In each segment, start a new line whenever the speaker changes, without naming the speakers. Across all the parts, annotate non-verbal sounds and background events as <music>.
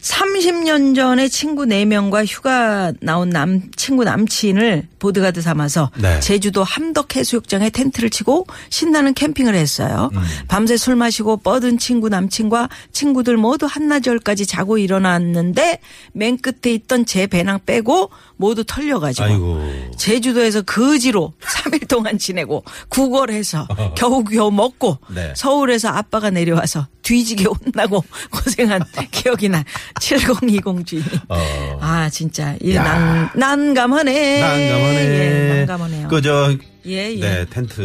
30년 전에 친구 4명과 휴가 나온 남, 친구 남친을 보드가드 삼아서
네.
제주도 함덕해수욕장에 텐트를 치고 신나는 캠핑을 했어요.
음.
밤새 술 마시고 뻗은 친구 남친과 친구들 모두 한나절까지 자고 일어났는데 맨 끝에 있던 제 배낭 빼고 모두 털려가지고
아이고.
제주도에서 거지로 <laughs> 3일 동안 지내고 구걸해서 겨우겨우 먹고
어. 네.
서울에서 아빠가 내려와서 뒤지게 혼나고 <laughs> 고생한 기억이 나. 7020 주인.
어.
아 진짜 이
야.
난, 난감하네.
난감하네.
예, 난감하네요.
그저
예, 음. 예.
네 텐트.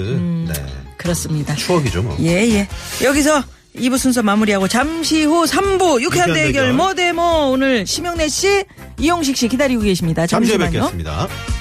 네.
그렇습니다.
추억이죠 뭐.
예예. 여기서 2부 순서 마무리하고 잠시 후 3부 유쾌한 뭐
유쾌한 대결.
대결 뭐대뭐 오늘 심영래 씨, 이용식 씨 기다리고 계십니다.
잠시 후에
잠시만요.
뵙겠습니다.